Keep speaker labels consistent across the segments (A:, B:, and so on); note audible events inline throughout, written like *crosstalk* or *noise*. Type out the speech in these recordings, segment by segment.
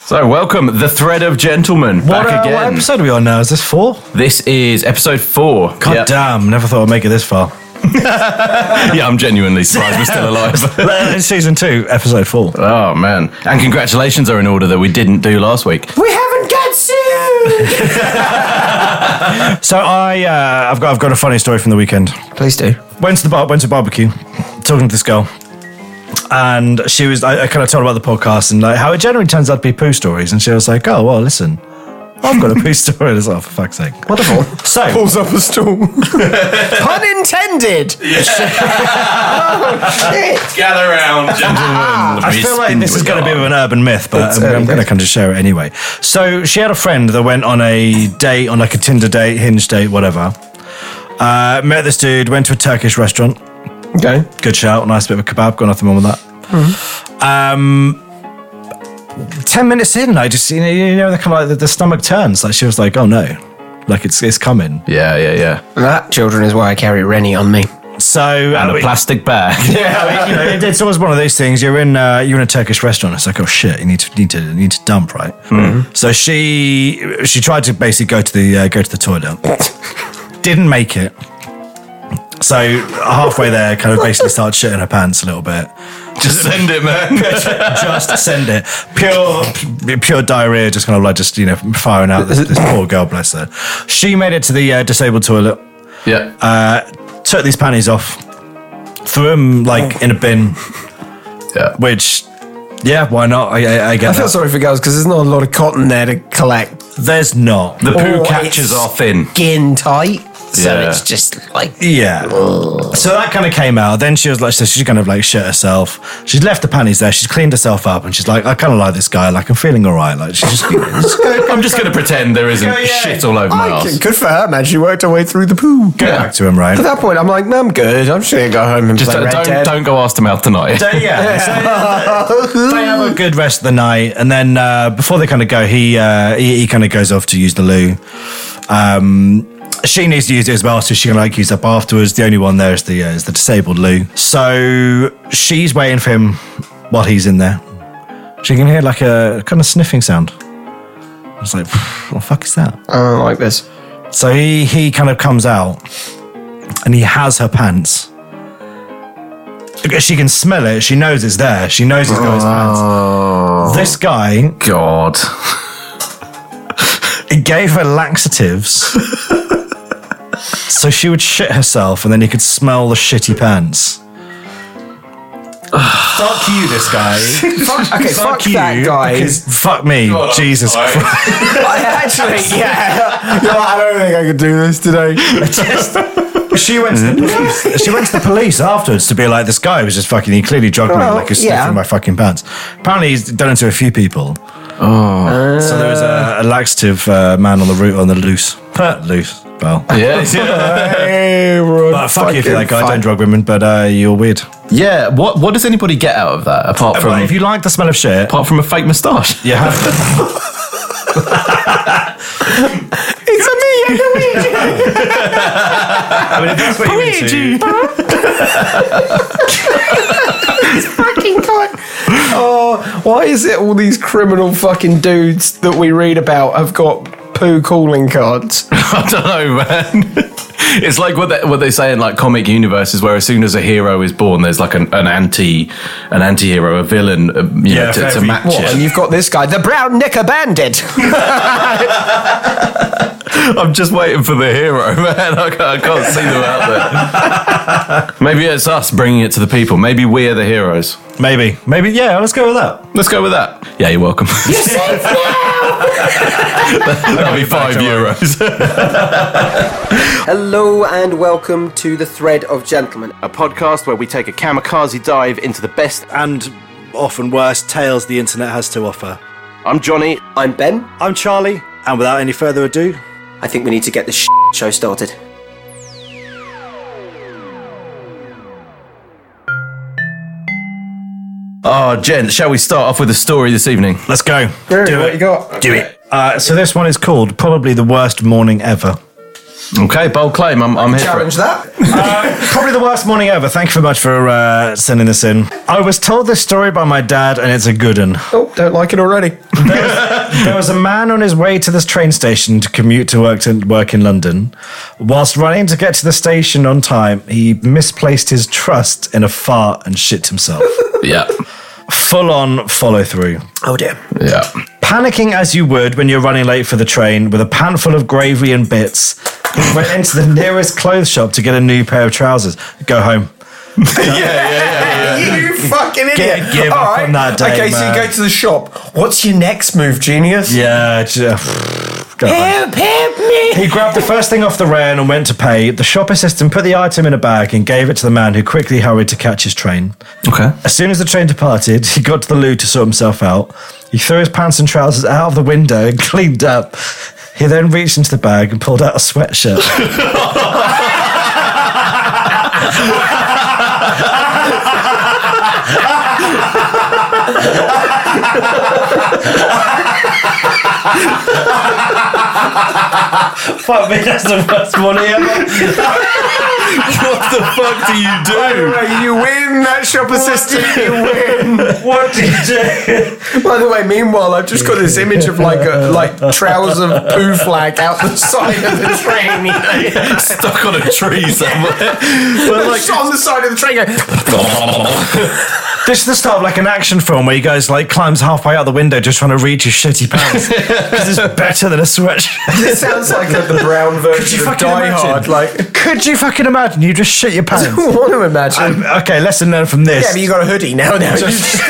A: So, welcome, the thread of gentlemen,
B: What,
A: back
B: uh,
A: again.
B: what episode are we on now? Is this four?
A: This is episode four.
B: God
A: yeah.
B: damn, never thought I'd make it this
A: *laughs*
B: far.
A: yeah, I'm genuinely surprised we're still
B: *laughs*
A: alive.
B: It's Season two, episode four.
A: oh man! And congratulations are in order that we didn't do last week.
B: We haven't got sued. so I, uh, I've got, I've got a funny story from the weekend.
C: Please do.
B: Went to the bar, went to barbecue, talking to this girl, and she was. I, I kind of told her about the podcast and like how it generally turns out to be poo stories, and she was like, "Oh well, listen, I've got a poo *laughs* story as well for fuck's sake."
C: Wonderful.
B: So
C: up a stool. *laughs* Pun intended.
A: Gather round, gentlemen.
B: *laughs* I feel like this is going to be an urban myth, but um,
C: It's
B: I'm,
C: urban
B: going to
C: myth.
B: kind of share it anyway. So she had a friend that went on a date, on like a Tinder date, Hinge date, whatever. Uh, met this dude, went to a Turkish restaurant.
C: *laughs* Okay.
B: Good shout, nice bit of a kebab. Got nothing wrong with that.
C: Mm-hmm.
B: Um, ten minutes in, I just you know, you know the kind of like the, the stomach turns. Like she was like, oh no, like it's it's coming.
A: Yeah, yeah, yeah.
C: That, children, is why I carry Rennie on me.
B: So
A: And a plastic bag.
B: *laughs* Yeah, I mean, you know, it- *laughs* it's always one of those things. You're in uh, you're in a Turkish restaurant. It's like, oh shit, you need to need to you need to dump, right? So she she tried to basically go to the uh, go to the toilet, didn't make it. So halfway there, kind of basically started shitting her pants a little bit.
A: *laughs* Just send it,
B: *laughs*
A: man. *laughs*
B: Just send it, pure pure diarrhea, just kind of like just you know firing out. This, this poor girl, bless her. She made it to the uh, disabled toilet
A: yeah.
B: Uh, took these panties off, threw them like in a bin.
A: Yeah.
B: Which, yeah, why not? I, I, I get
C: I
B: that.
C: feel sorry for girls because there's not a lot of cotton there to collect.
B: There's not.
A: the poo
C: Oh,
A: catches
C: it's-
A: are
B: *laughs*
A: thin.
C: Skin tight. So
A: Yeah.
C: it's just like.
B: yeah. So that kind of came out. Then she was like, so she's kind of like shit herself. She's left the panties there. She's cleaned herself up, and she's like, I kind of like this guy. Like I'm feeling all right. Like
C: *laughs*
B: she's just. just go
A: I'm just going to pretend there isn't
B: Yeah, yeah.
A: shit all over my
C: I can-
A: ass.
C: Good for her, man. She worked her way through the poo.
A: Yeah.
B: back to him, right?
C: At that point, I'm like, no, I'm good. I'm just going to go home and
A: Just
C: play
A: don't,
C: Red
A: don't,
C: Dead.
A: don't go ass to mouth tonight.
B: So, *laughs* yeah. so uh, they have a good rest of the night, and then uh, before they kind of go, he uh, he, he kind of goes off to use the loo. Um, she needs to use it as well, so she can like use up afterwards. The only one there is the uh, is the disabled loo. So she's waiting for him while he's in there. She can hear like a kind of sniffing sound. I was like, *sighs* what the fuck is that?
C: I don't like this.
B: So he he kind of comes out and he has her pants. She can smell it. She knows it's there. She knows he's got his pants. This guy
A: Oh,
B: *laughs*
A: God.
B: he gave her laxatives.
C: *laughs*
B: so she would shit herself and then he could smell the shitty
C: *sighs*
B: pants. fuck you, this
C: *laughs*
B: guy.
C: Fuck, okay, fuck, that guy.
B: because fuck me. Jesus Christ.
C: *laughs* I actually, *laughs* yeah. You're like, I don't think I could do this today.
B: She went to the police. she went to the police afterwards to be like, this guy was just fucking. He clearly drugged
C: Well,
B: me like he's sniffing
C: yeah.
B: my fucking pants. Apparently, he's done it to a few people. Oh, so there was a, a laxative uh, man on the route on the loose, *laughs* loose. Well,
A: Yeah.
C: Hey, we're
B: but fuck you if
C: fucking
B: you're that guy.
C: fine.
B: Don't drug women, but uh, you're weird.
A: yeah. What What does anybody get out of that apart from
B: But if you Uh, like the smell of shit,
A: apart from a fake moustache? *laughs*
B: you have. *laughs*
C: It's a me, it's a me.
B: *laughs* I mean, if that's what you're into,
C: fucking guy. Oh, why is it all these criminal fucking dudes that we read about have got poo calling cards?
A: I don't know, man. *laughs* It's like what they, what they say in like comic universes, where as soon as a hero is born, there's like an, an anti an anti-hero, a villain, uh, you
B: Yeah,
A: know, to, to
B: very-
A: match
B: What?
C: What? And
A: it.
C: you've got this guy, the brown knicker bandit.
A: I'm just waiting for the hero, *laughs* man. I can't, I can't see them out there.
B: *laughs*
A: Maybe it's us bringing it to the people. Maybe we're the heroes.
B: maybe, maybe, yeah. Let's go with that.
A: Let's go with that. Yeah, you're welcome. *laughs* That'll be five euros.
D: Hello and welcome to the Thread of Gentlemen.
A: a podcast where we take a kamikaze dive into the best.
B: And often worse tales the internet has to offer.
A: I'm Johnny.
D: I'm Ben.
B: I'm Charlie, and without any further ado,
D: I think we need to get this show started.
A: Oh, gents, shall we start off with a story this evening?
B: let's go.
C: what you got?
B: Do it. Uh, so this one is called probably the worst morning ever.
A: Okay, bold claim. I'm, I'm here for
C: Challenge
A: it.
C: that.
B: Probably the worst morning ever. Thank you very much for uh, sending this in. I was told this story by my dad, and it's a good one.
C: Oh, don't like it already.
B: There was a man on his way to this train station to commute to work to work in London. Whilst running to get to the station on time, he misplaced his trust in a fart and shit himself.
A: Yeah,
B: Full on follow through.
D: Oh dear.
A: yeah.
B: Panicking as you would when you're running late for the train with a pan full of gravy and bits, he went into the nearest clothes shop to get a new pair of trousers. Go home.
C: you fucking idiot.
B: Get- give up on that day,
C: okay, so
B: man.
C: you go to the shop. What's your next move, genius?
B: Yeah, j- go home.
C: Help, help me.
B: He grabbed the first thing off the rail and went to pay. The shop assistant put the item in a bag and gave it to the man who quickly hurried to catch his train.
A: Okay.
B: As soon as the train departed, he got to the loo to sort himself out. He threw his pants and trousers out of the window and *laughs* cleaned up. He then reached into the bag and pulled out a sweatshirt. Fuck me, that's the worst morning ever.
A: What the fuck do you
C: *laughs*
A: do?
C: *laughs* You win that shop assistant. You win.
B: What did you do?
C: By the way, meanwhile, I've just got this image of like a like *laughs* trouser poo flag out *laughs* the side of the train. You know?
A: Stuck on a tree somewhere.
C: *laughs*
A: But like,
C: Just on the side of the train. Going,
B: This is the start of like an action film where he goes like climbs halfway out the window just trying to reach his shitty
C: *laughs*
B: pants because it's better than a sweatshirt.
C: this sounds like a, the *laughs* brown version of
B: fucking
C: Die
B: imagine?
C: Hard. Like,
B: Could you fucking imagine? You just shit your
C: *laughs* I
B: pants.
C: *laughs*
B: Um,
C: don't want to imagine.
B: okay, lesson learned from this.
C: yeah, but you *laughs* got a hoodie now. Now *laughs* the thing is,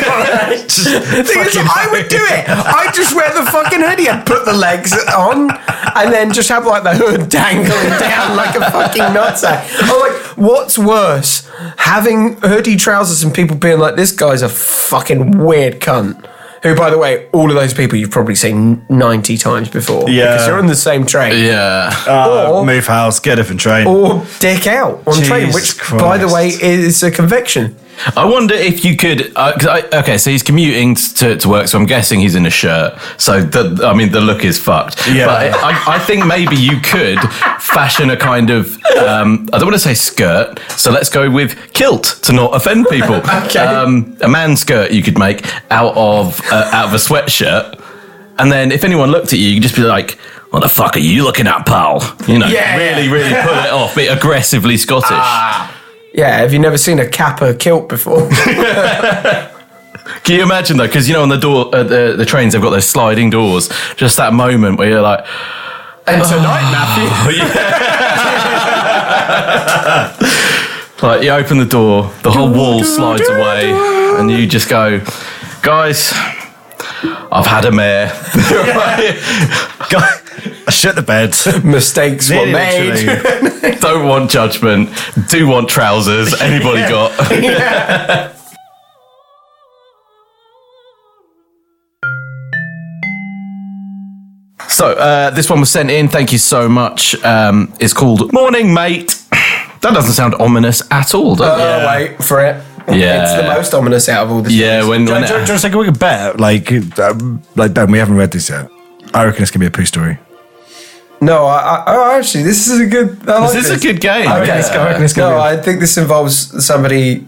C: I would do
B: *laughs*
C: it. I just wear the fucking hoodie and put the legs on, and then just have like the hood dangling down like a fucking nutsack. Oh, like what's worse, having hoodie trousers and people being like, "This guy's a fucking weird cunt." Who, by the way, all of those people you've probably seen ninety times before.
B: Yeah.
C: because you're on the same train.
A: yeah.
B: Uh,
C: or-
B: move house, get a different train.
C: Or dick out on train,
B: Jesus
C: which, by the way,
B: Christ.
C: is a conviction.
A: I wonder if you could. Uh, 'cause I, okay, so he's commuting to, to work, so I'm guessing he's in a shirt. So the, I mean, the look is fucked.
B: Yeah.
A: But I, I think maybe you could fashion a kind of. Um, I don't want to say skirt, so let's go with kilt to not offend people.
C: *laughs* Okay.
A: Um, a man skirt you could make out of uh, out of a sweatshirt, and then if anyone looked at you, you'd just be like. What the fuck are you looking at, pal? You know,
C: Yeah. Ah,
A: really, really pull it off. Be aggressively Scottish.
C: Yeah, have you never seen a kappa kilt before? *laughs*
A: Can you imagine though? Because you know, on the door, uh, the, the trains, they've got those sliding doors. Just that moment where you're like,
C: and tonight, Matthew.
A: oh, *laughs* yeah. like you open the door, the whole wall slides away, and you just go, guys, I've had a mare. *laughs*
C: *laughs*
B: Go- I shit the bed.
C: Mistakes were
B: Literally.
C: made.
A: Don't want judgment. Do want trousers. Anybody got? So uh, this one was sent in. Thank you so much. Um, it's called Morning Mate. That doesn't sound ominous at all, does
C: Oh, wait for it.
A: Yeah.
C: It's the most ominous out of all the
A: it? Yeah, when,
B: Do you
A: when
B: want to take a quick bet? Like, um, like Ben, we haven't read this yet. I reckon it's gonna be a poo story.
C: No, I, I, oh, actually, this is a good. I like
A: this is a good game.
C: Okay,
B: Let's go, let's go.
C: No, I think this involves somebody.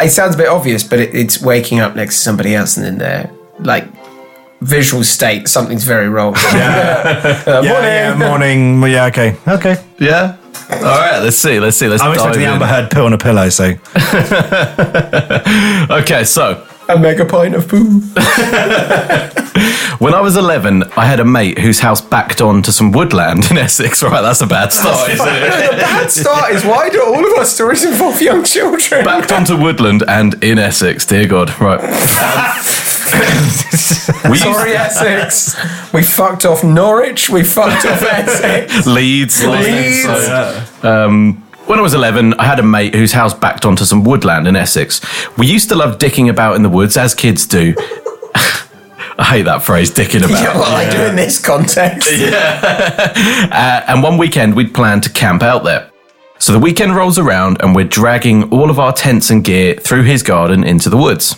C: It sounds a bit obvious, but it, it's waking up next to somebody else and in their like visual state, something's very wrong. Uh,
B: Yeah,
C: morning.
B: morning. *laughs* Well, Yeah, okay, okay.
A: Yeah. All right. Let's see. Let's see. Let's
B: I'm
A: dive
B: expecting the
A: in.
B: Amber Heard pill on a pillow. So
A: Okay. So
C: A mega pint
A: *laughs*
C: of poo. *laughs*
A: When I was 11, I had a mate whose house backed on to some woodland in *laughs* Essex. Right, that's a bad start, isn't it?
C: the bad start is why do all of our stories involve young children?
A: *laughs* Backed onto woodland and in Essex, dear God. Right. Um, we
C: *laughs*
A: *laughs*
C: Sorry,
A: used
C: Essex. We fucked off Norwich. We
A: *laughs*
C: fucked off Essex. *laughs*
A: Leeds.
C: Leeds.
A: so, um, when I was 11, I had a mate whose house backed onto some woodland in Essex. We used to love dicking about in the woods, as kids do. *laughs* I hate that phrase, dicking about.
C: Yeah, well, I do in this context.
A: Uh, and one weekend we'd planned to camp out there. So the weekend rolls around and we're dragging all of our tents and gear through his garden into the woods.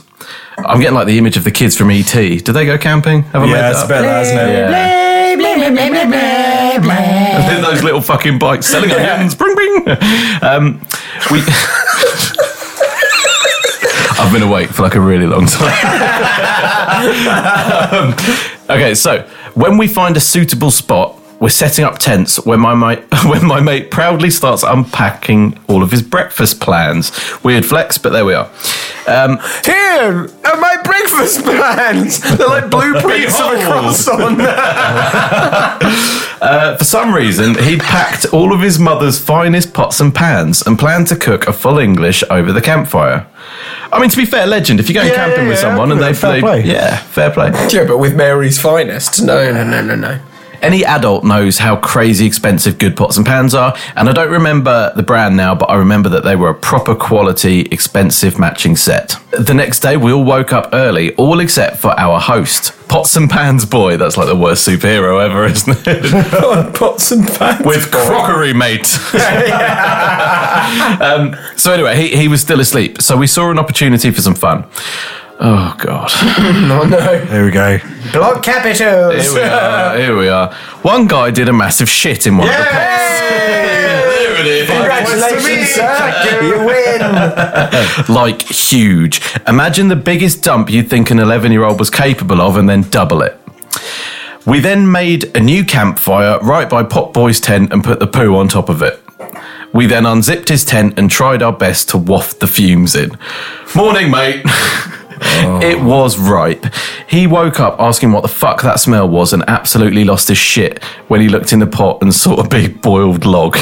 A: I'm getting like the image of the E kids from ET. Did they go camping? Have I made
B: yeah,
A: that
B: it's
A: up?
B: better, isn't it?
A: Yeah.
C: blah, blah.
A: And then those little fucking bikes selling onions. Bring, bring. Um, we. I've been awake for like a really long time. Um, okay, so when we find a suitable spot, we're setting up tents when my, mate, *laughs* when my mate proudly starts unpacking all of his breakfast plans. Weird flex, but there we are. Um,
C: Here are my breakfast plans. *laughs* They're like blueprints of a
A: Behold.
C: croissant.
A: For some reason, he'd packed all of his mother's finest pots and pans and planned to cook a full English over the campfire. I mean, to be fair, legend. If you're going
B: Yeah,
A: camping
B: yeah,
A: with
B: yeah,
A: someone and
B: fair
A: they, they
B: play.
A: yeah, fair play.
C: *laughs* yeah, but with Mary's finest. No, no, no, no, no.
A: Any adult knows how crazy expensive good pots and pans are, and I don't remember the brand now, but I remember that they were a proper quality, expensive matching set. The next day, we all woke up early, all except for our host, Pots and Pans Boy. That's like the worst superhero ever, isn't it?
C: *laughs* On pots and pans.
A: With crockery, mate. *laughs* Um, So anyway, he, he was still asleep. So we saw an opportunity for some fun. Oh god.
C: no, no.
B: Here we go.
C: Block capitals.
A: Here we are. Here we are. One guy did a massive shit in one of the pots. *laughs* There it is.
C: *laughs* Congratulations, sir. You win.
A: *laughs* Like huge. Imagine the biggest dump you'd think an 11 year old was capable of and then double it. We then made a new campfire right by Pot Boy's tent and put the poo on top of it. We then unzipped his tent and tried our best to waft the fumes in. Morning, mate. It was ripe. He woke up asking what the fuck that smell was and absolutely lost his shit when he looked in the pot and saw a big boiled log.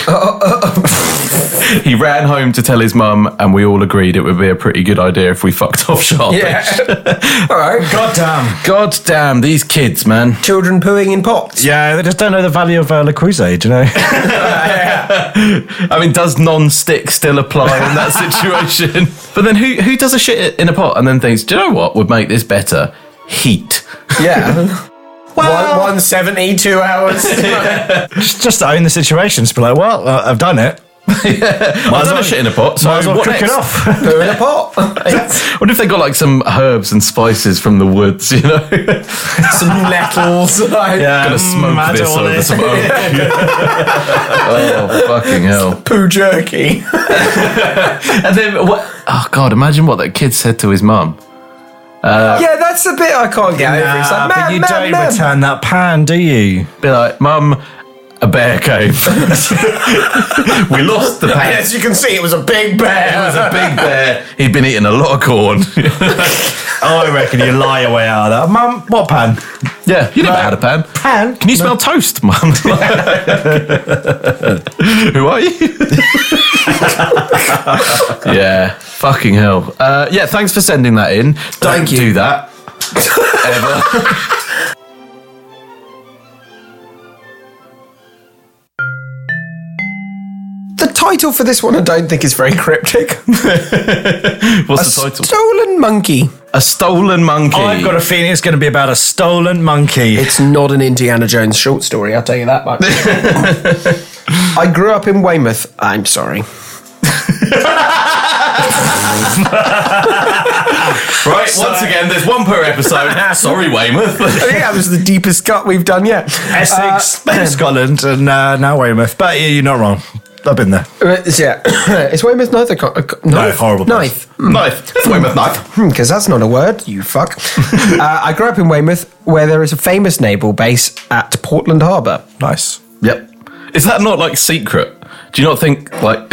A: he ran home to tell his mum, and we all agreed it would be a pretty good idea if we fucked off sharpish.
C: Yeah. *laughs* All right.
B: God damn.
A: *laughs* God damn, these kids, man.
C: Children pooing in pots.
B: Yeah, they just don't know the value of uh, La Crusade, you know? *laughs*
A: I mean, does non-stick still apply in that
B: *laughs*
A: situation? but then who who does a shit in a pot and then thinks, do you know what would make this better? Heat.
C: *laughs* Yeah.
B: Well-
C: one, 172 hours. *laughs*
B: just, just own the situation. Just be like, well, uh, I've done it.
A: I've done a shit in a pot, so
B: Might as well
A: what
B: cook it
A: next?
B: off.
C: Poo in a *laughs* pot.
A: What if they got like some herbs and spices from the woods, you
B: *laughs*
A: know?
C: Some nettles. Like,
A: Gonna smoke
B: mm, I don't
A: this
B: want
A: over
B: it.
A: some oak.
B: *laughs*
A: oh, fucking hell.
C: Poo jerky.
A: And then, what? Oh, God, imagine what that kid said to his mum.
C: yeah, that's the bit I can't get over. It's
B: Nah,
C: like, man,
B: but you
C: man,
B: don't
C: man.
B: return that pan, do you?
A: Be like, Mum, a bear came. *laughs* we lost the
C: And
A: pack.
C: As you can see, it was a big
A: It
C: bear.
A: was a big bear. He'd been eating a lot of *laughs* corn.
B: Oh, I reckon you lie your way out of that. Mum, what pan?
A: yeah, you never had a pan.
B: Pan?
A: Can you smell toast, *laughs* Mum? Who are you? *laughs* yeah, fucking hell. Uh, yeah, thanks for sending that in. Don't
C: Thank you.
A: do *laughs* that. Ever.
C: The title for this one I don't think is very cryptic.
A: What's the title?
C: Stolen monkey.
A: A stolen monkey.
B: I've got a feeling it's going to be about a stolen monkey.
C: It's not an Indiana Jones short story, I'll tell you that much. *laughs* I grew up in Weymouth. I'm sorry.
A: right, once again, there's one per episode. Ah, Sorry, Weymouth.
C: I think Oh, that was the deepest cut we've done yet. Uh,
B: Essex, *clears throat* Scotland, and uh, now Weymouth. But yeah, you're not wrong. I've been there.
C: Uh, it's- yeah, *coughs* it's Weymouth Knife. a co- a co-
B: No,
C: knife?
B: horrible place.
A: *laughs*
C: Knife.
A: knife. It's Weymouth knife.
C: Because that's not a word, you *laughs* fuck. uh, I grew up in Weymouth, where there is a famous naval base at Portland Harbour.
B: Nice.
A: Yep. Is that not like secret? Do you not think like *laughs*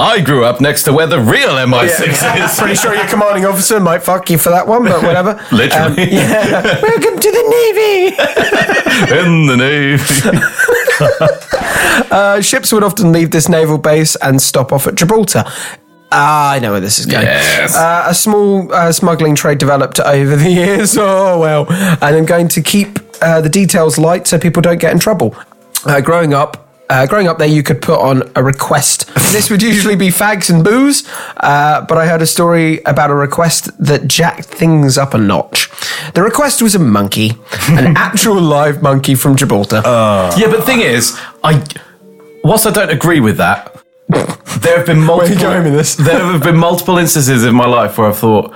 A: I grew up next to where the real MI6 *laughs* is?
C: Pretty sure your commanding officer might fuck you for that one, but whatever. Um,
A: Literally.
C: yeah. Welcome to the Navy.
A: *laughs* in the navy.
C: Uh, ships would often leave this naval base and stop off at Gibraltar. Ah, I know where this is going.
A: Yes.
C: Uh, a small uh, smuggling trade developed over the *laughs* years. Oh, well. And I'm going to keep uh, the details light so people don't get in trouble. Uh, growing up, uh, growing up there, you could put on a request. *laughs* this would usually be fags and booze, uh, but I heard a story about a request that jacked things up a notch. The request was a monkey, an actual live monkey from Gibraltar.
A: yeah, but thing is, I whilst I don't agree with that, there have been multiple
C: going with this?
A: there have been multiple instances in my life where I've thought,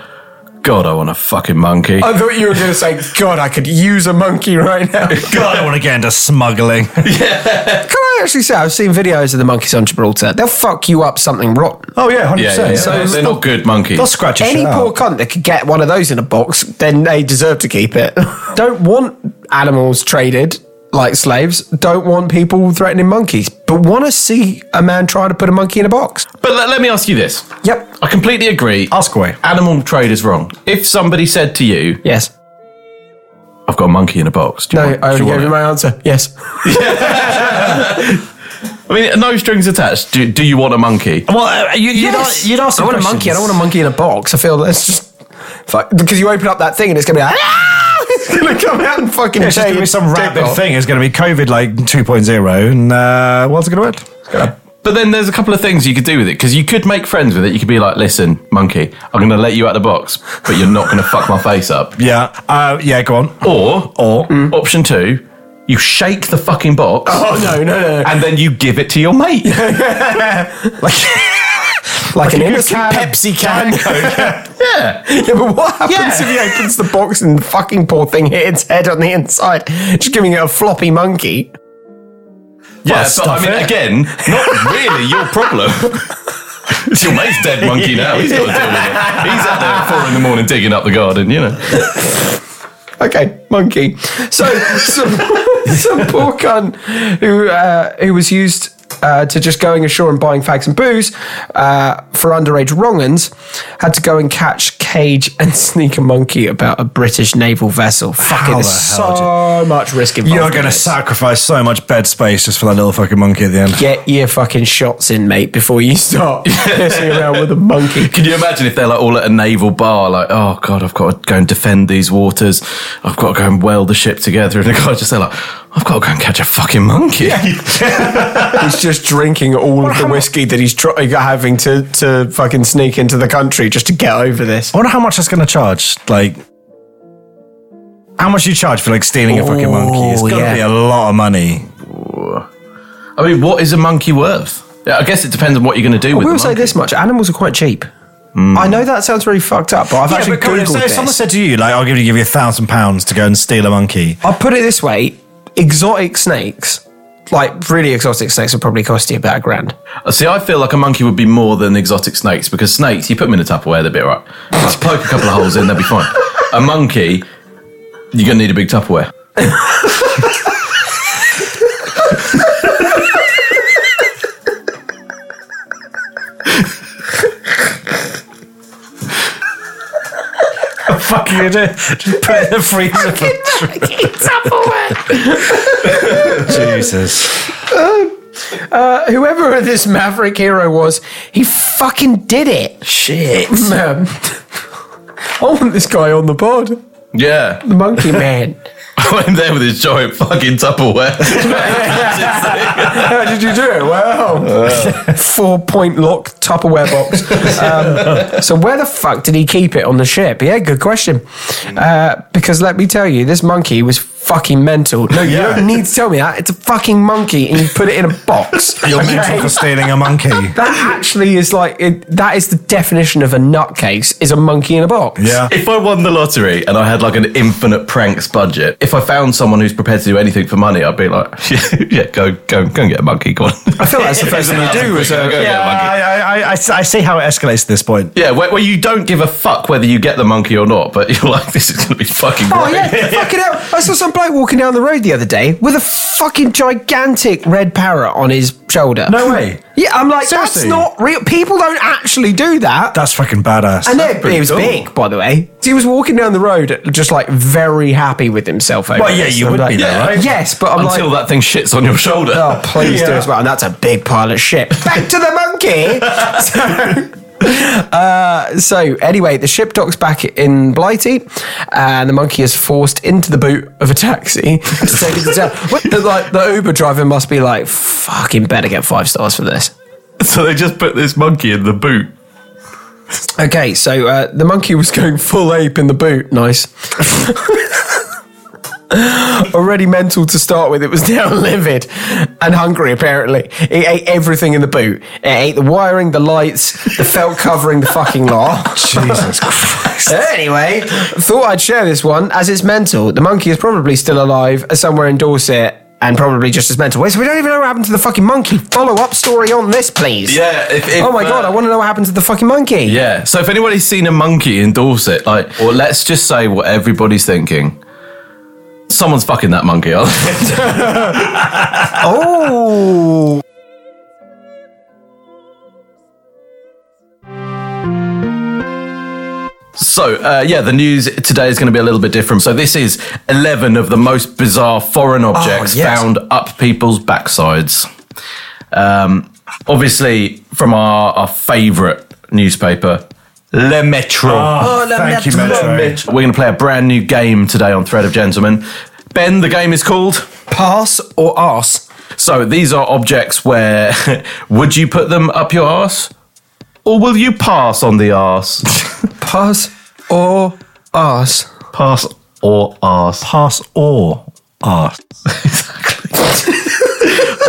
A: God, I want a fucking monkey.
C: I thought you were going to say, God, I could use a monkey right now. *laughs* Can
B: God, I want to get into smuggling.
C: I actually say, I've seen videos of the monkeys on Gibraltar. They'll fuck you up something rotten.
B: oh yeah, hundred
A: yeah, yeah,
B: percent.
A: so they're, they're not good monkeys.
B: They'll scratch your
C: Any
B: shit
C: poor
B: out.
C: cunt that could get one of those in a box, then they deserve to keep it. *laughs* Don't want animals traded like slaves. Don't want people threatening monkeys. But want to see a man try to put a monkey in a box.
A: But let, let me ask you this.
C: Yep.
A: I completely agree.
B: Ask away.
A: Animal trade is wrong. If somebody said to you,
C: Yes.
A: I've got a monkey in a box. Do
C: No,
A: you want,
C: I
A: do
C: already
A: you want it?
C: gave you my answer. Yes.
A: I mean, no strings attached. Do, do you want a monkey?
B: Well, uh, you, you'd,
C: Yes.
B: a- you'd ask.
C: I
B: some
C: want a monkey. I don't
B: questions.
C: want a monkey in a box. I feel that's just fuck, because you open up that thing and it's gonna be like "Ah!" *laughs* it's gonna come out and fucking
B: It's just
C: change.
B: going to be some
C: dick
B: rapid
C: off.
B: thing. It's going to be COVID like 2.0, and uh, what's it going to end?
A: But then there's a couple of things you could do with it because you could make friends with it. You could be like, "Listen, monkey, I'm going to let you out the box, but you're not going to fuck my face up."
B: Yeah, uh, yeah. Go on.
A: Or,
B: Or
A: option two, you shake the fucking box
C: Oh no, no, no!
A: and then you give it to your
C: *laughs*
A: mate.
B: *laughs*
C: Like, an innocent Pepsi can. *laughs*
A: yeah,
C: yeah, but what happens
A: Yeah.
C: if he opens the box and the fucking poor thing hit its head on the inside, just giving it a floppy monkey?
A: yeah. But I
B: stuff
A: mean,
B: it.
A: again, not really your problem. *laughs* It's your mate's dead monkey now. He's got to deal with it. He's out there at four in the morning digging up the garden. You know.
C: Okay, monkey. So *laughs* some, some poor cunt who uh, who was used uh, to just going ashore and buying fags and booze uh, for underage wrong'uns had to go and catch, cage, and *laughs* sneak a monkey about a British naval vessel. Fucking
B: the
C: there's
B: hell
C: so much risk involved.
B: You're
C: in
B: going to
C: this.
B: sacrifice so much bed space just for that little fucking monkey at the end.
C: Get your fucking shots in, mate, before
B: *laughs*
C: you start messing around with a monkey.
A: Can you imagine if they're like all at a naval bar, like, oh god, I've got to go and defend these waters. I've got to go and weld the ship together, and the guy just there like, I've got to go and catch a fucking monkey.
C: He's just drinking all of the whiskey that he's try- having to, to fucking sneak into the country just to get over this.
B: I wonder how much that's going to charge. Like, how much you charge for like stealing a fucking monkey? It's got to
C: yeah.
B: be a lot of money.
A: I mean, what is a monkey worth? Yeah, I guess it depends on what you're going to do
C: I
A: with
C: will
A: it.
C: say this much: animals are quite cheap.
B: Mm.
C: I know that sounds really fucked up, but I've actually
B: come on, if,
C: googled
B: if
C: this.
B: someone said to you, like, I'll give you give you a thousand pounds to go and steal a *laughs* monkey,
C: I'll put it this way: exotic snakes, like really exotic snakes, would probably cost you about a grand.
A: See, I feel like a monkey would be more than exotic snakes because snakes, you put them in a Tupperware, they'd be alright. Just poke a couple of holes in, they'll be fine. A monkey, you're going to need a big Tupperware.
B: fuck you do?
C: *laughs*
B: Just *laughs* put it in the freezer. For Jesus.
C: Uh, whoever this maverick hero was, he fucking did it. *laughs* Shit, man. I want this guy on the pod,
A: Yeah.
C: the
B: *laughs*
C: monkey man.
A: *laughs* I went there with his giant fucking Tupperware. *laughs*
C: How did you do it? Wow.
B: Uh.
C: *laughs* Four point lock Tupperware box. Um, so, where the fuck did he keep it on the ship? Yeah, good question.
B: Hmm.
C: Uh, because let me tell you, this monkey was fucking mental. No, you
B: Yeah.
C: don't need to tell me that. It's a fucking monkey and you put it in a
B: *laughs*
C: box.
B: You're mental for stealing a monkey. *laughs*
C: That actually is like, it, that is the definition of a nutcase, is a monkey in a box.
B: Yeah.
A: If I won the lottery and I had like an infinite pranks budget, if I found someone who's prepared to do anything for money, I'd be like, *laughs* yeah, go, go, go and get a monkey. Go on.
C: I feel *laughs* that's the first thing you do. Is
A: go,
C: a,
A: go
B: Uh,
A: get a monkey.
B: I, I, I, I see how it escalates to this point.
A: Yeah, where, where you don't give a fuck whether you get the monkey or not, but *laughs* you're like, this is going to be fucking great.
C: Oh yeah, fucking hell! I saw some bloke walking down the road the other day with a fucking gigantic red parrot on his shoulder.
B: No way.
C: Yeah, I'm like,
B: Seriously?
C: that's not real. People don't actually do that.
B: That's fucking badass.
C: and it,
A: pretty
C: it was
A: cool.
C: big, by the way. He was walking down the road, just like very happy with himself. Over
B: Well, yeah,
C: this.
B: you
C: I'm
B: would
C: like,
B: be there, right?
C: Yes, but I'm
A: Until
C: like,
A: that thing shits on your shoulder. *laughs*
C: oh, please do
B: Yeah.
C: as well. And that's a big pile of shit. Back to the monkey. so, uh, so anyway, the ship docks back in Blighty, and the monkey is forced into the boot of a taxi. *laughs* to take it to town. What- the, like the Uber driver must be like, fucking better get five stars for this.
A: So they just put this monkey in the boot.
C: Okay, so uh, the monkey was going full ape in the boot. Nice. *laughs* Already mental to start with, it was *laughs* now livid and hungry, apparently. It ate everything in the boot. It ate the wiring, the lights, the felt covering, the fucking
B: *laughs*
C: lot.
B: Jesus Christ.
C: Anyway, thought I'd share this one as it's mental. The monkey is probably still alive uh, somewhere in Dorset and probably just as mental. Wait, so we don't even know what happened to the fucking monkey. Follow up story on this, please.
A: Yeah, if- if,
C: oh my
A: uh,
C: god, I want to know what happened to the fucking monkey.
A: Yeah. So if anybody's seen a monkey in Dorset, like, or let's just say what everybody's thinking. Someone's fucking that monkey. aren't they?
C: *laughs* Oh.
A: so uh, yeah, the news today is going to be a little bit different. So this is eleven of the most bizarre foreign objects
C: Oh, yes.
A: found up people's backsides. Um, obviously from our, our favourite newspaper, Le Metro.
B: Oh, thank you, Metro.
A: We're going to play a brand new game today on Thread of Gentlemen. Ben, the game is called.
C: Pass or ass?
A: So these are objects where *laughs* would you put them up your arse? Or will you pass on the arse?
C: Pass or ass?
A: pass or arse.
B: Pass or ass.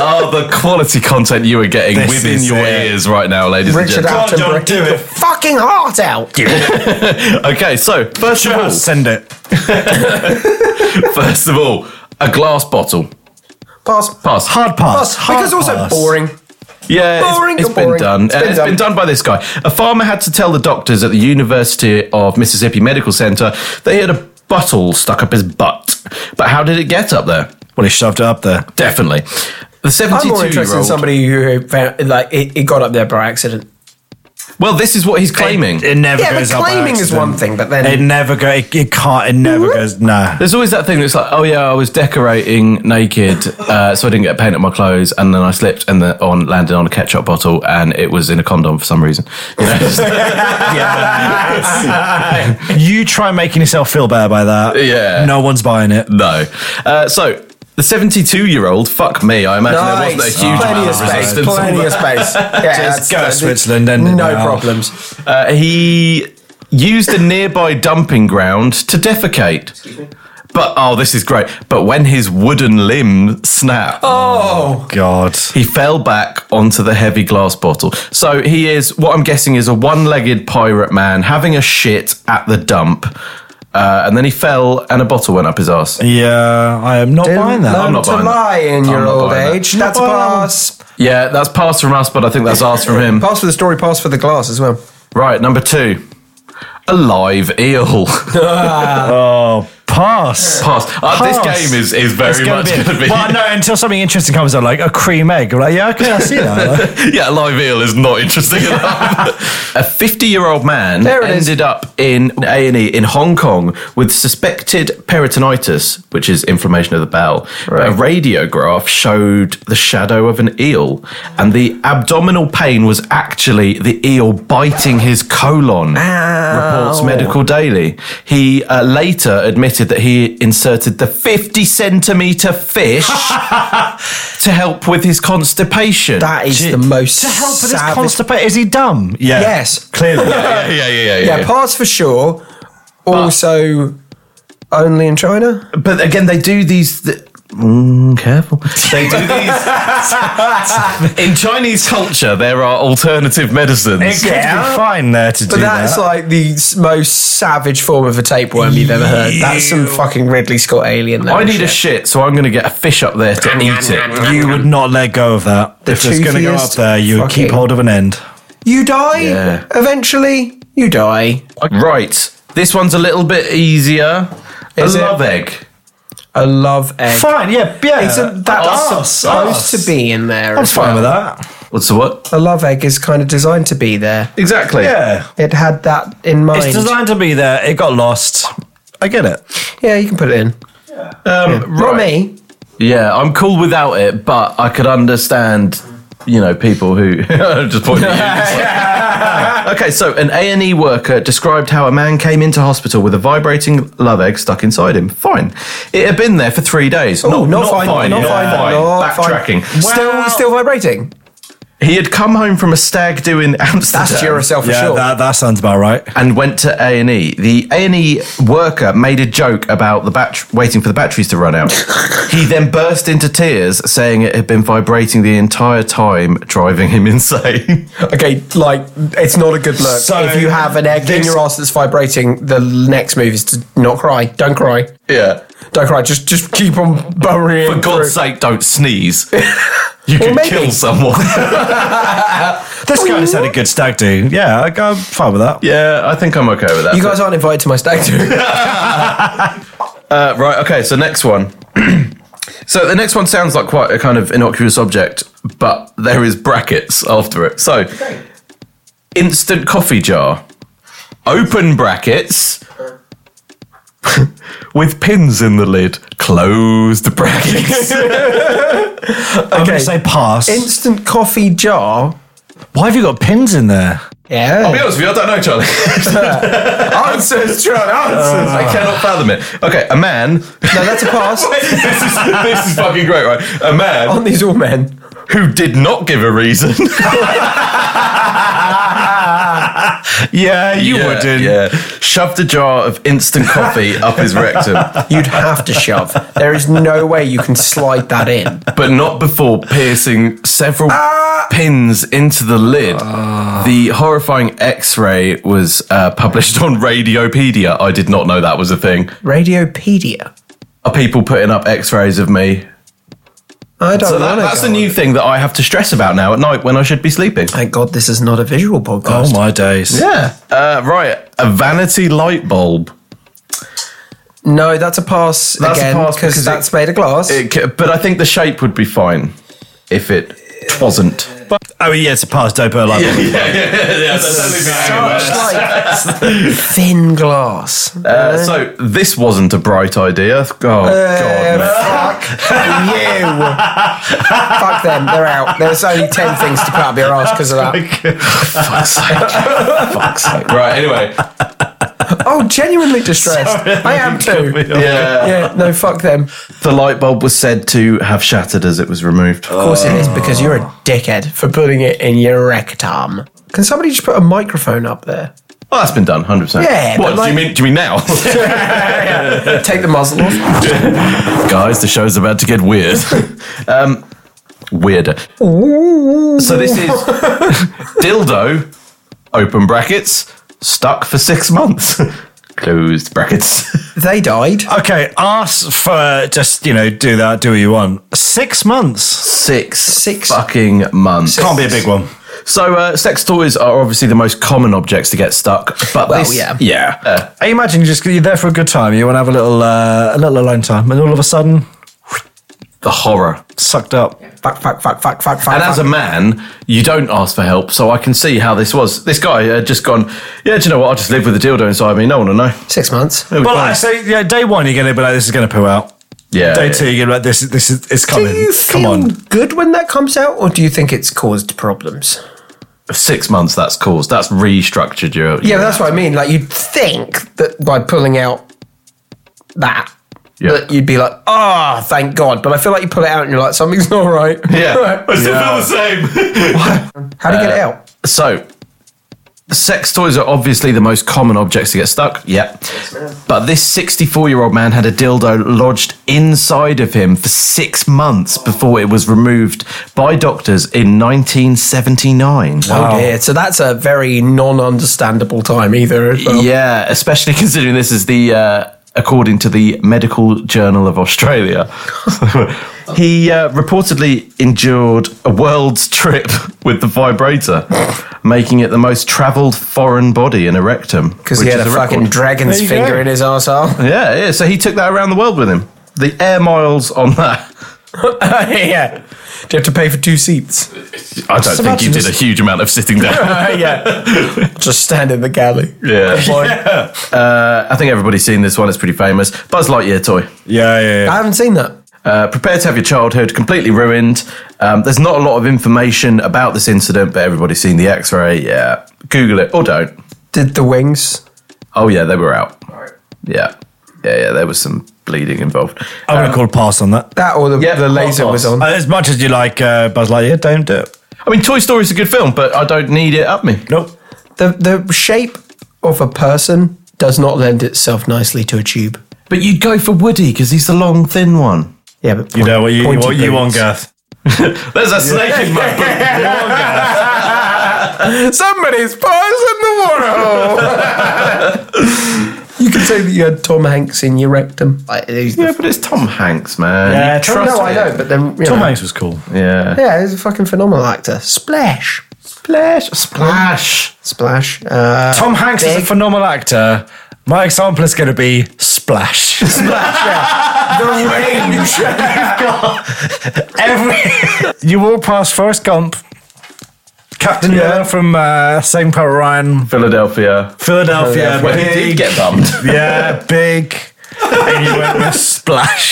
A: Oh, the quality content you are getting
B: This
A: within
B: is
A: your
B: it.
A: ears right now, ladies
C: Richard
A: and gentlemen.
C: Attenborough.
B: don't do it.
C: Fucking heart out.
A: Okay, so first of all,
B: Send it.
A: first of all, a glass bottle.
C: Pass.
A: Pass.
B: Hard pass.
C: Pass.
B: Hard
C: because also
B: pass.
C: boring.
A: Yeah, it's-
C: Boring,
A: it's
C: you're
A: been
C: boring.
A: done.
C: It's
A: Uh,
C: been
A: It's
C: done.
A: been done by this guy. A farmer had to tell the doctors at the University of Mississippi Medical Center that he had a bottle stuck up his butt. But how did it get up there?
B: Well, he shoved it up there.
A: Definitely. The
C: I'm
A: 72
C: more interested
A: year
C: in
A: old.
C: somebody who found, like it, it got up there by accident.
A: Well, this is what he's claiming.
B: It, it never
C: Yeah, but
B: goes up by
C: claiming is
B: accident.
C: one thing, but then-
B: it never go. It, it can't. It never goes. Nah.
A: There's always that thing that's like, oh yeah, I was decorating naked, uh, so I didn't get paint on my clothes, and then I slipped and the, on landed on a ketchup bottle, and it was in a condom for some reason. *laughs* You know?
B: You try making yourself feel better by that.
A: Yeah.
B: No one's buying it.
A: no. Uh, so the 72 year old, fuck me, I imagine there wasn't a huge
C: plenty
A: amount
C: of
A: of
C: space.
A: resistance.
C: Plenty of space. Yeah, that's-
B: go to
C: that's-
B: Switzerland, end it
C: No
B: now.
C: problems.
A: Uh, he used a nearby dumping ground to defecate. But oh, this is great. But when his wooden limb snapped,
C: Oh.
B: Oh, God.
A: He fell back onto the heavy glass bottle. So he is, what I'm guessing, is a one legged pirate man having a shit at the dump. Uh, and then he fell and a bottle went up his ass.
B: Yeah, I am not buying that.
A: I'm
C: Learn
A: not
C: to
A: buying that.
C: lie in
A: I'm
C: your
A: not
C: old
A: buying that.
C: age. That's
B: buying that
C: pass.
A: Yeah, that's pass from us, but I think that's ass from him.
C: Pass for the story. Pass for the glass as well.
A: Right, number two. A live
B: *laughs*
A: eel.
B: Oh, pass.
A: pass. Uh, this
B: Pass.
A: game is, is
B: It's
A: very
B: gonna
A: much
B: be-
A: going to be.
B: Well, no, until something interesting comes out, like a cream egg. I'm like, yeah, okay, I see that.
A: *laughs* yeah, a live eel is not interesting enough. *laughs* a 50 year old man
C: There it is.
A: ended up in A&E in Hong Kong with suspected peritonitis, which is inflammation of the bowel. But a radiograph showed the shadow of an eel, and the abdominal pain was actually the eel biting his colon, reports Medical Daily. He uh, later admitted that he inserted the 50 centimeter *laughs* fish to help with his constipation.
C: That is
B: Gee,
C: the most
B: to help with his
C: savage-
B: constipation. Is he dumb? Yeah.
C: Yes.
A: *laughs*
B: Clearly.
A: yeah, yeah, yeah, yeah.
C: Yeah, pass for sure. Also, only in China.
A: But again, they do these. Th- Mm, careful. They do these. *laughs* In Chinese culture, there are alternative
B: It
A: medicines.
B: could be fine there to
C: But
B: do
C: that's
B: that.
C: like the s- most savage form of a tapeworm you've ever heard. That's some fucking Ridley Scott alien.
A: I need a shit, so I'm going to get a fish up there to eat it.
B: you would not let go of that. if it's going to go up
C: toothiest
B: there, you would keep
C: fucking-
B: hold of an end.
C: You die
A: Yeah.
C: eventually. You die.
A: Right. This one's a little bit easier.
C: Is
A: a
C: it?
A: love egg.
C: A love egg.
B: Fine, yeah, yeah.
C: Isn't that
B: Ass,
C: supposed
B: ass.
C: to be in there?
B: I'm fine with that.
A: What's the what?
C: A love egg is kind of designed to be there.
A: Exactly.
B: Yeah.
C: It had that in mind.
B: It's designed to be there. It got lost. I get it.
C: yeah, you can put it in.
A: Um,
C: Not
A: right.
C: me.
A: Yeah, I'm cool without it, but I could understand, you know, people who *laughs* I'm just pointing
C: *laughs*
A: at you. okay, so an A and E worker described how a man came into hospital with a vibrating love egg stuck inside him. Fine, it had been there for three days.
C: Oh,
A: not,
C: not fine, not
A: not
C: fine,
A: fine.
C: not fine.
A: Backtracking.
C: Still,
B: Wow.
C: still vibrating.
A: He had come home from a stag do in Amsterdam.
C: That's yourself for
B: yeah,
C: sure.
B: that, that sounds about right.
A: and went to A and E. The A and E worker made a joke about the bat- waiting for the batteries to *laughs* run out. he then burst into tears, saying it had been vibrating the entire time, driving him *laughs* insane.
C: Okay, like it's not a good look.
B: So,
C: if you have an egg in
B: this-
C: your ass that's vibrating, the next move is to not cry. Don't cry.
A: yeah,
C: Don't cry. Just just keep on burying.
A: for
C: through.
A: God's sake, don't *laughs* sneeze. You could
C: maybe-
A: kill someone.
B: This guy's had a good stag do. Yeah, I, I'm fine with
A: *laughs*
B: that.
A: yeah, I think I'm okay with that.
C: You guys aren't invited to my
A: *laughs*
C: stag do.
A: Uh, right, okay, so next one. *clears throat* so the next one sounds like quite a kind of innocuous object, but there is brackets after it. So, instant coffee jar, open brackets, *laughs* with pins in the lid, close the *laughs* brackets.
B: I'm going to say pass.
C: Instant coffee jar.
B: Why have you got pins in there?
C: Yeah.
A: I'll be honest with you, I don't know, Charlie. *laughs*
C: answers, John.
B: Uh,
C: Answers.
A: I cannot fathom it. Okay, a man. *laughs*
C: no, that's a pass.
A: this, is, this is fucking great, right? A man.
C: Aren't these all men?
A: who did not give a reason. *laughs*
B: Yeah, you
A: Yeah,
B: wouldn't.
A: Yeah. Shoved a jar of instant *laughs* coffee up his rectum,
C: You'd have to shove. There is no way you can slide that in.
A: but not before piercing several Ah! pins into the lid. the horrifying x ray was uh, published on Radiopedia. I did not know that was a thing.
C: Radiopedia.
A: Are people putting up x rays of me?
C: I don't
A: So that,
C: want to.
A: that's a new thing that I have to stress about now at night when I should be sleeping.
C: Thank God this is not a visual podcast.
B: Oh my days.
A: Yeah. Uh, right. A vanity light bulb.
C: No, that's a pass
A: That's a
C: again
A: pass because it-
C: because that's made of glass.
A: It, ca- but I think the shape would be fine if it wasn't.
B: I mean, yeah, it's a pass. Don't put a light bulb.
A: *laughs*
C: It's like thin glass.
A: Uh, so this wasn't a bright idea. Oh god,
C: Uh,
A: man.
C: you. Fuck them. They're out. There's only 10 things to put up your ass because of that.
A: *laughs* fuck's sake! fuck's sake! Right. Anyway,
C: Oh, genuinely distressed. I am too.
A: yeah.
C: Yeah, no, fuck them. Of
A: The light bulb was said to have shattered as it was removed.
C: course it is because you're a dickhead for putting it in your rectum. Can somebody just put a microphone up there?
A: Well, that's been done, hundred percent.
C: Yeah,
A: What
C: but
A: do
C: like-
A: you mean? Do you mean now,
C: *laughs* Take the muzzle off.
A: guys? The show's about to get
C: *laughs*
A: weird. um, weirder. So this is dildo. Open brackets. Stuck for six months. *laughs* Closed brackets.
C: They died.
B: Okay, ask for just, you know, do that, do what you want. Six months.
A: Six,
C: Six.
A: fucking months.
B: Can't be a big one.
A: So, uh, sex toys are obviously the most common objects to get stuck, but
C: Well,
A: this,
C: yeah.
A: yeah, Uh,
B: I imagine you just you're there for a good time. You want to have a little uh, a little alone time, and all of a sudden,
A: the horror.
B: sucked up.
C: Fuck, fuck, fuck, fuck, fuck, fuck.
A: And as a man, you don't ask for help, so I can see how this was. This guy had just gone, yeah, do you know what? I'll just live with the dildo inside me. No one will know.
C: Six months.
A: It was
B: Well,
A: fine.
B: I say, yeah, day one, you're going to be like, this is going to poo out.
A: yeah,
B: Day
A: yeah.
B: two, you're gonna be like, this, this is it's
C: Do
B: coming.
C: you
B: Come
C: feel
B: on.
C: good when that comes out, or do you think it's caused problems?
A: six months. That's caused. That's restructured your.
C: Yeah, that's what I mean. Like you'd think that by pulling out that,
A: Yeah.
C: that you'd be like, "Ah, thank God." But I feel like you pull it out and you're like, "Something's not right." *laughs*
A: *laughs* Yeah, I still feel the same.
C: How do you get it out?
A: So, sex toys are obviously the most common objects to get stuck. Yep. but this 64 year old man had a dildo lodged inside of him for six months before it was removed by doctors in 1979.
C: Oh dear. So that's a very non-understandable time either. As well.
A: Yeah, especially *laughs* considering this is the. Uh, According to the Medical Journal of Australia, *laughs* he uh, reportedly endured a world's trip *laughs* with the vibrator, making it the most travelled foreign body in a rectum.
C: Because he
A: which
C: had
A: is
C: a, fucking
A: record.
C: dragon's
B: There you
C: finger
B: go.
C: in
A: *laughs*
C: his arsehole. *laughs*
A: Yeah, yeah. So he took that around the world with him. The air miles on that.
C: yeah. Do you have to pay for two seats? *laughs*
A: I don't think
C: imagine
A: he did
C: this-
A: a huge amount of sitting down. *laughs*
C: yeah. Just stand in the galley.
A: yeah.
C: Yeah.
A: Uh, I think everybody's seen this one. It's pretty famous. Buzz Lightyear toy.
B: Yeah, yeah,
C: I
B: yeah.
C: haven't seen that.
A: Uh, prepare to have your childhood completely ruined. Um, there's not a lot of information about this incident, but everybody's seen the X-ray. Yeah, Google it or don't.
C: Did the wings?
A: Oh yeah, they were out. Yeah, yeah, yeah. There was some bleeding involved.
B: I'm going to call a pass on that.
C: That or the,
A: Yeah,
C: the
A: of
C: laser
A: course.
C: was on?
B: Uh, As much as you like uh, Buzz Lightyear, don't do it.
A: I mean, Toy Story's a good film, but I don't need it up me.
B: Nope.
C: The the shape of a person does not lend itself nicely to a tube.
A: But you'd go for Woody because he's the long, thin one.
C: Yeah, but
B: You know what you,
C: pointy
B: what you want,
C: boots.
B: Garth.
A: There's a snake in my boot.
C: Somebody's paws in the water. *laughs* you could say that you had Tom Hanks in your rectum. Like, he's
A: *laughs*
C: the-
A: Yeah, but it's Tom Hanks, man.
B: Yeah,
A: You
B: Tom-
A: trust
C: no, I
A: it.
C: know, but then you
B: Tom
C: know.
B: Hanks was cool.
A: Yeah.
C: Yeah, he's a fucking phenomenal actor. Splash, splash,
A: Splash.
C: splash. Uh,
B: Tom Hanks is a
C: Big.
B: phenomenal actor. My example is going to be Splash.
C: the ring.
B: *laughs* Every you walk past Forrest Gump, Captain Miller from uh, Saving Private Ryan,
A: Philadelphia.
B: Philadelphia.
A: Where he did
B: big,
A: get bummed.
B: yeah, big. and you went with Splash.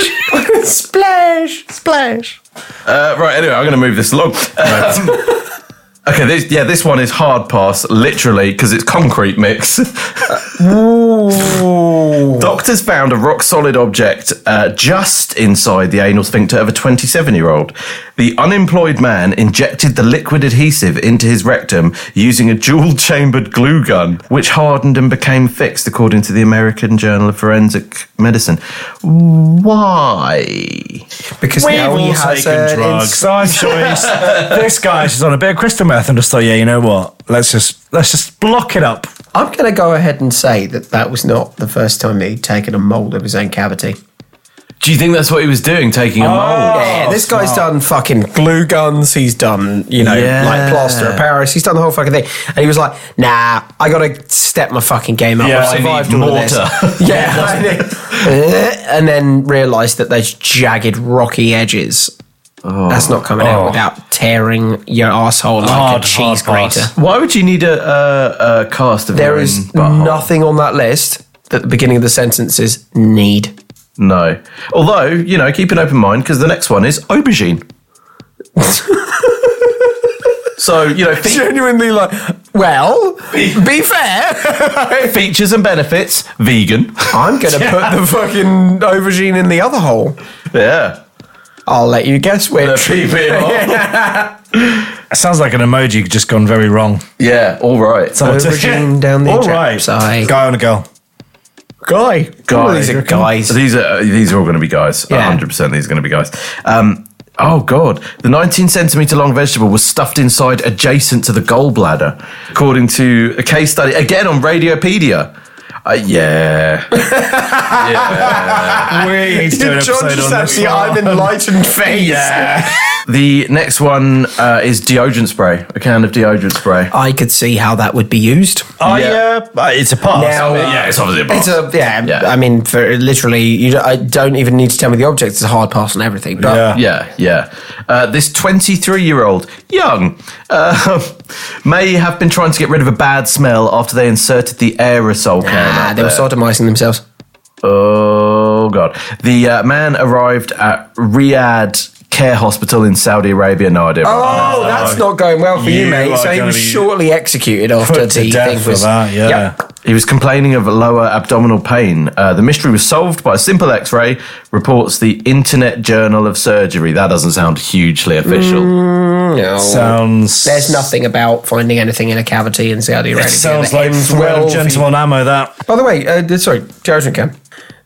C: splash, splash.
A: Uh, right, anyway, I'm going to move this along. Um, *laughs* okay, this, yeah, this one is hard pass, literally, because it's concrete mix. *laughs* Doctors found a rock solid object uh, just inside the anal sphincter of a 27 year old. The unemployed man injected the liquid adhesive into his rectum using a dual chambered glue gun, which hardened and became fixed, according to the American Journal of Forensic Medicine. Why?
C: Because
B: We've
C: now he
B: all
C: has
B: taken
C: an
B: drugs. So I'm sure he's, this guy's just on a bit of crystal meth and just thought, yeah, you know what? Let's just let's just block it up.
C: I'm going to go ahead and say that that was not the first time that he'd taken a mold of his own cavity.
A: Do you think that's what he was doing, taking a
C: Oh.
A: mold?
C: Yeah,
B: Oh,
C: this guy's done fucking glue guns. He's done, you know,
A: Yeah.
C: like plaster of Paris. He's done the whole fucking thing. And he was like, nah, I gotta step my fucking game up.
B: Yeah,
C: I've
B: I need
C: survived all of
A: mortar.
C: this. *laughs* yeah. I need- *laughs* and then realised that those jagged, rocky edges. That's not coming out without tearing your asshole like
B: Hard,
C: a cheese
B: hard pass.
C: grater.
A: Why would you need a, a, a cast of
C: There
A: your
C: is
A: own butthole?
C: nothing on that list that the beginning of the sentence is need.
A: No. Although, you know, keep an open mind because the next one is
C: *laughs*
A: aubergine. so, you know, fe-
C: Genuinely like, well, be fair. *laughs*
A: features and benefits, vegan.
C: I'm going
A: *laughs*
C: to put the fucking aubergine in the other hole.
A: yeah.
C: I'll let you guess
A: The
C: which. *laughs*
A: PPR.
B: It sounds like an emoji just gone very wrong.
A: yeah, all right.
B: Someone took
C: Aubergine
B: it.
C: down
B: *laughs*
C: the
B: All
C: traps.
B: right.
C: I-
B: Guy on a girl.
C: Guy. Guy. These are
A: So
C: guys.
A: these are uh, these are all going to be guys.
C: Yeah.
A: hundred percent. These are going to be guys. Um, oh god, the 19 centimeter long vegetable was stuffed inside adjacent to the gallbladder, according to a case study again on Radiopedia. Uh, yeah,
B: We need to do an episode on this one.
C: enlightened face.
B: Yeah.
A: the next one uh, is deodorant spray. A can of deodorant spray.
C: I could see how that would be used.
B: Oh
A: Yeah.
B: yeah, uh, it's a pass.
C: Now-
A: yeah, it's obviously a box.
C: It's a yeah,
A: Yeah.
C: I mean, for literally, you don't, I don't even need to tell me the object. It's a hard pass on everything. But
B: Yeah.
A: yeah, yeah. Uh, this 23 year old, young, uh, *laughs* may have been trying to get rid of a bad smell after they inserted the aerosol can.
C: ah,
A: up
C: they were
A: there.
C: sodomizing themselves.
A: Oh god! The uh, man arrived at Riyadh Care Hospital in Saudi Arabia. No idea. about that.
C: Oh, that's not going well for you,
B: You
C: mate.
B: are
C: So he
B: gonna
C: was
B: be
C: shortly executed after
B: Put
C: the
B: to
C: thing
B: death for
C: was.
B: that. Yeah.
C: Yep.
A: He was complaining of lower abdominal pain. Uh, the mystery was solved by a simple X-ray. Reports the Internet Journal of Surgery. That doesn't sound hugely official.
C: No.
B: Sounds.
C: There's nothing about finding anything in a cavity in Saudi Arabia.
B: It sounds
C: that
B: like
C: ends
B: well,
C: well for you.
B: gentleman ammo. That
C: By the way, uh, sorry, deodorant can.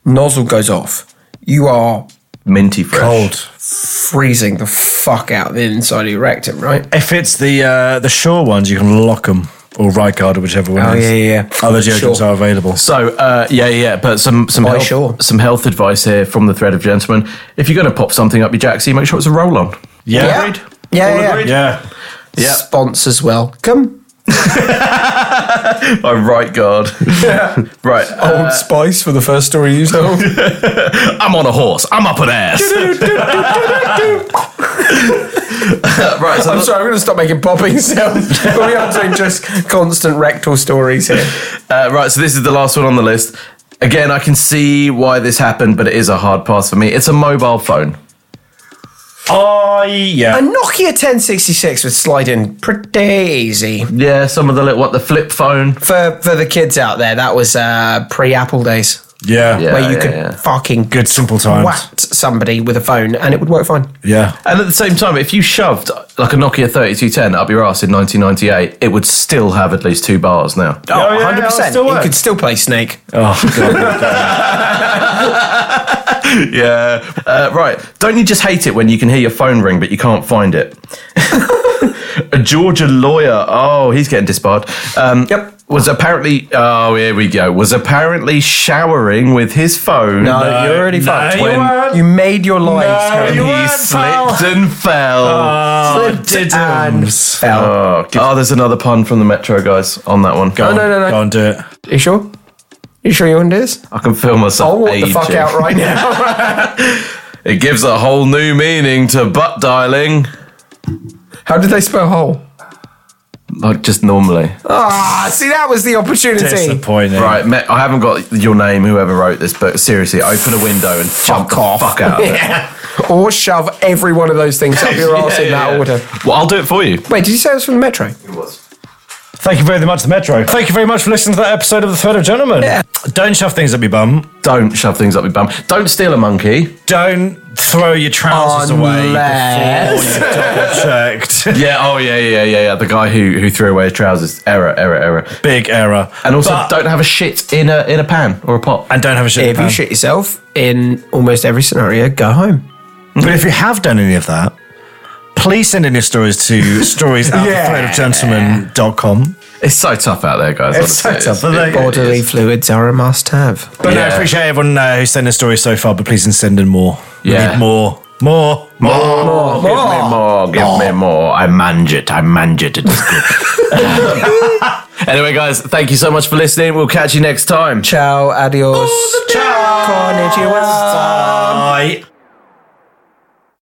C: Nozzle goes off. You are
A: Minty fresh.
C: freezing the fuck out of the inside of your rectum, right?
B: If it's the uh, the shore ones, you can lock them or right guard or whichever one.
C: Oh,
B: is.
C: yeah, yeah, yeah.
B: Other
C: Sure.
B: deodorants are available.
A: So uh, yeah, yeah, but some some
C: Why,
A: health,
C: sure.
A: some health advice here from the thread of gentlemen. If you're going to pop something up your jacksie, make sure it's a roll on.
B: Yeah.
A: Agreed?
C: Yeah,
A: All
C: yeah.
A: agreed?
B: Yeah.
A: Yeah.
C: Sponsors welcome.
A: My Oh, right guard. *laughs* right.
C: Old Spice for the first story you told.
A: I'm on a horse. I'm up an
C: *laughs*
A: ass. right, so
C: I'm sorry, I'm going to stop making popping sounds. but we are doing just constant rectal stories here.
A: uh, right, so this is the last one on the list. Again, I can see why this happened, but it is a hard pass for me. It's a mobile phone.
B: Oh yeah.
C: A Nokia 1066 would slide in pretty easy.
A: Yeah, some of the little what the flip phone.
C: For for the kids out there, that was uh, pre Apple days.
B: Yeah.
A: Yeah.
C: where you could
A: yeah.
C: fucking
B: Good simple times.
C: whacked somebody with a phone and it would work fine.
B: Yeah.
A: And at the same time, if you shoved like a Nokia 3210 up your ass in 1998, it would still have at least two bars now.
B: Oh, yeah, yeah,
C: 100%.
B: it'll still
C: you
B: work.
C: could still play Snake.
B: Oh, *laughs*
A: yeah. Uh, right. Don't you just hate it when you can hear your phone ring but you can't find it? *laughs* a Georgia lawyer. Oh, he's getting disbarred. Um,
C: Yep.
A: Was apparently. Oh, here we go. Was apparently showering with his phone.
C: No, you're already
B: no,
C: fucked.
B: you weren't.
C: you made your lies.
B: No,
C: Harry.
B: you
A: He
B: weren't,
A: slipped
B: pal.
A: and fell.
C: Slipped and
B: diddums.
C: fell.
A: Oh, oh, there's another pun from the Metro guys on that one.
B: Go on,
C: no, no, no.
B: Go on, do it.
C: you sure? You sure you want to do this?
A: I can feel myself.
C: I'll walk the fuck
A: aging.
C: out *laughs* right now.
A: It gives a whole new meaning to butt dialing.
C: How did they spell hole?
A: Like just normally.
C: Ah, see, that was the opportunity.
B: Disappointing.
A: Right, Matt, I haven't got your name, whoever wrote this, but seriously, open a window and jump the
C: off.
A: fuck *laughs*
C: *laughs*
A: out of it.
C: Or shove every one of those things up *laughs* your ass
A: Yeah,
C: in that
A: yeah.
C: order.
A: Well, I'll do it for you.
C: Wait, did you say it was from the Metro?
B: Thank you very much, The Metro. Thank you very much for listening to that episode of The Thread of Gentlemen.
C: Yeah.
B: Don't shove things up your bum.
A: Don't shove things up your bum. Don't steal a monkey.
B: Don't throw your trousers
C: Unless-
B: away before you
A: *laughs*
B: double checked.
A: Yeah, oh yeah, yeah, yeah, yeah. The guy who, who threw away his trousers. Error, error, error.
B: Big error.
A: And also
B: But-
A: don't have a shit in a in a pan or a pot.
B: and don't have a shit. in
C: If
B: the
C: you
B: pan.
C: shit yourself in almost every scenario, go home.
B: But if you have done any of that, please send in your stories to stories at
C: Yeah.
B: threadofgentlemen.com.
A: It's so tough out there, guys.
B: It's so
A: honestly.
B: tough, isn't it?
C: Bodily fluids are a must have.
B: But no, I
A: Yeah.
B: appreciate everyone uh, who sent in stories so far, but please send in more. We
A: Yeah.
B: need more. More. More.
A: More, give me more, give me more. I manage it, I manage it. It is *laughs* good. anyway, guys, thank you so much for listening. We'll catch you next time.
C: Ciao, adios.
B: Ciao.
C: Konnichiwa.
B: Bye.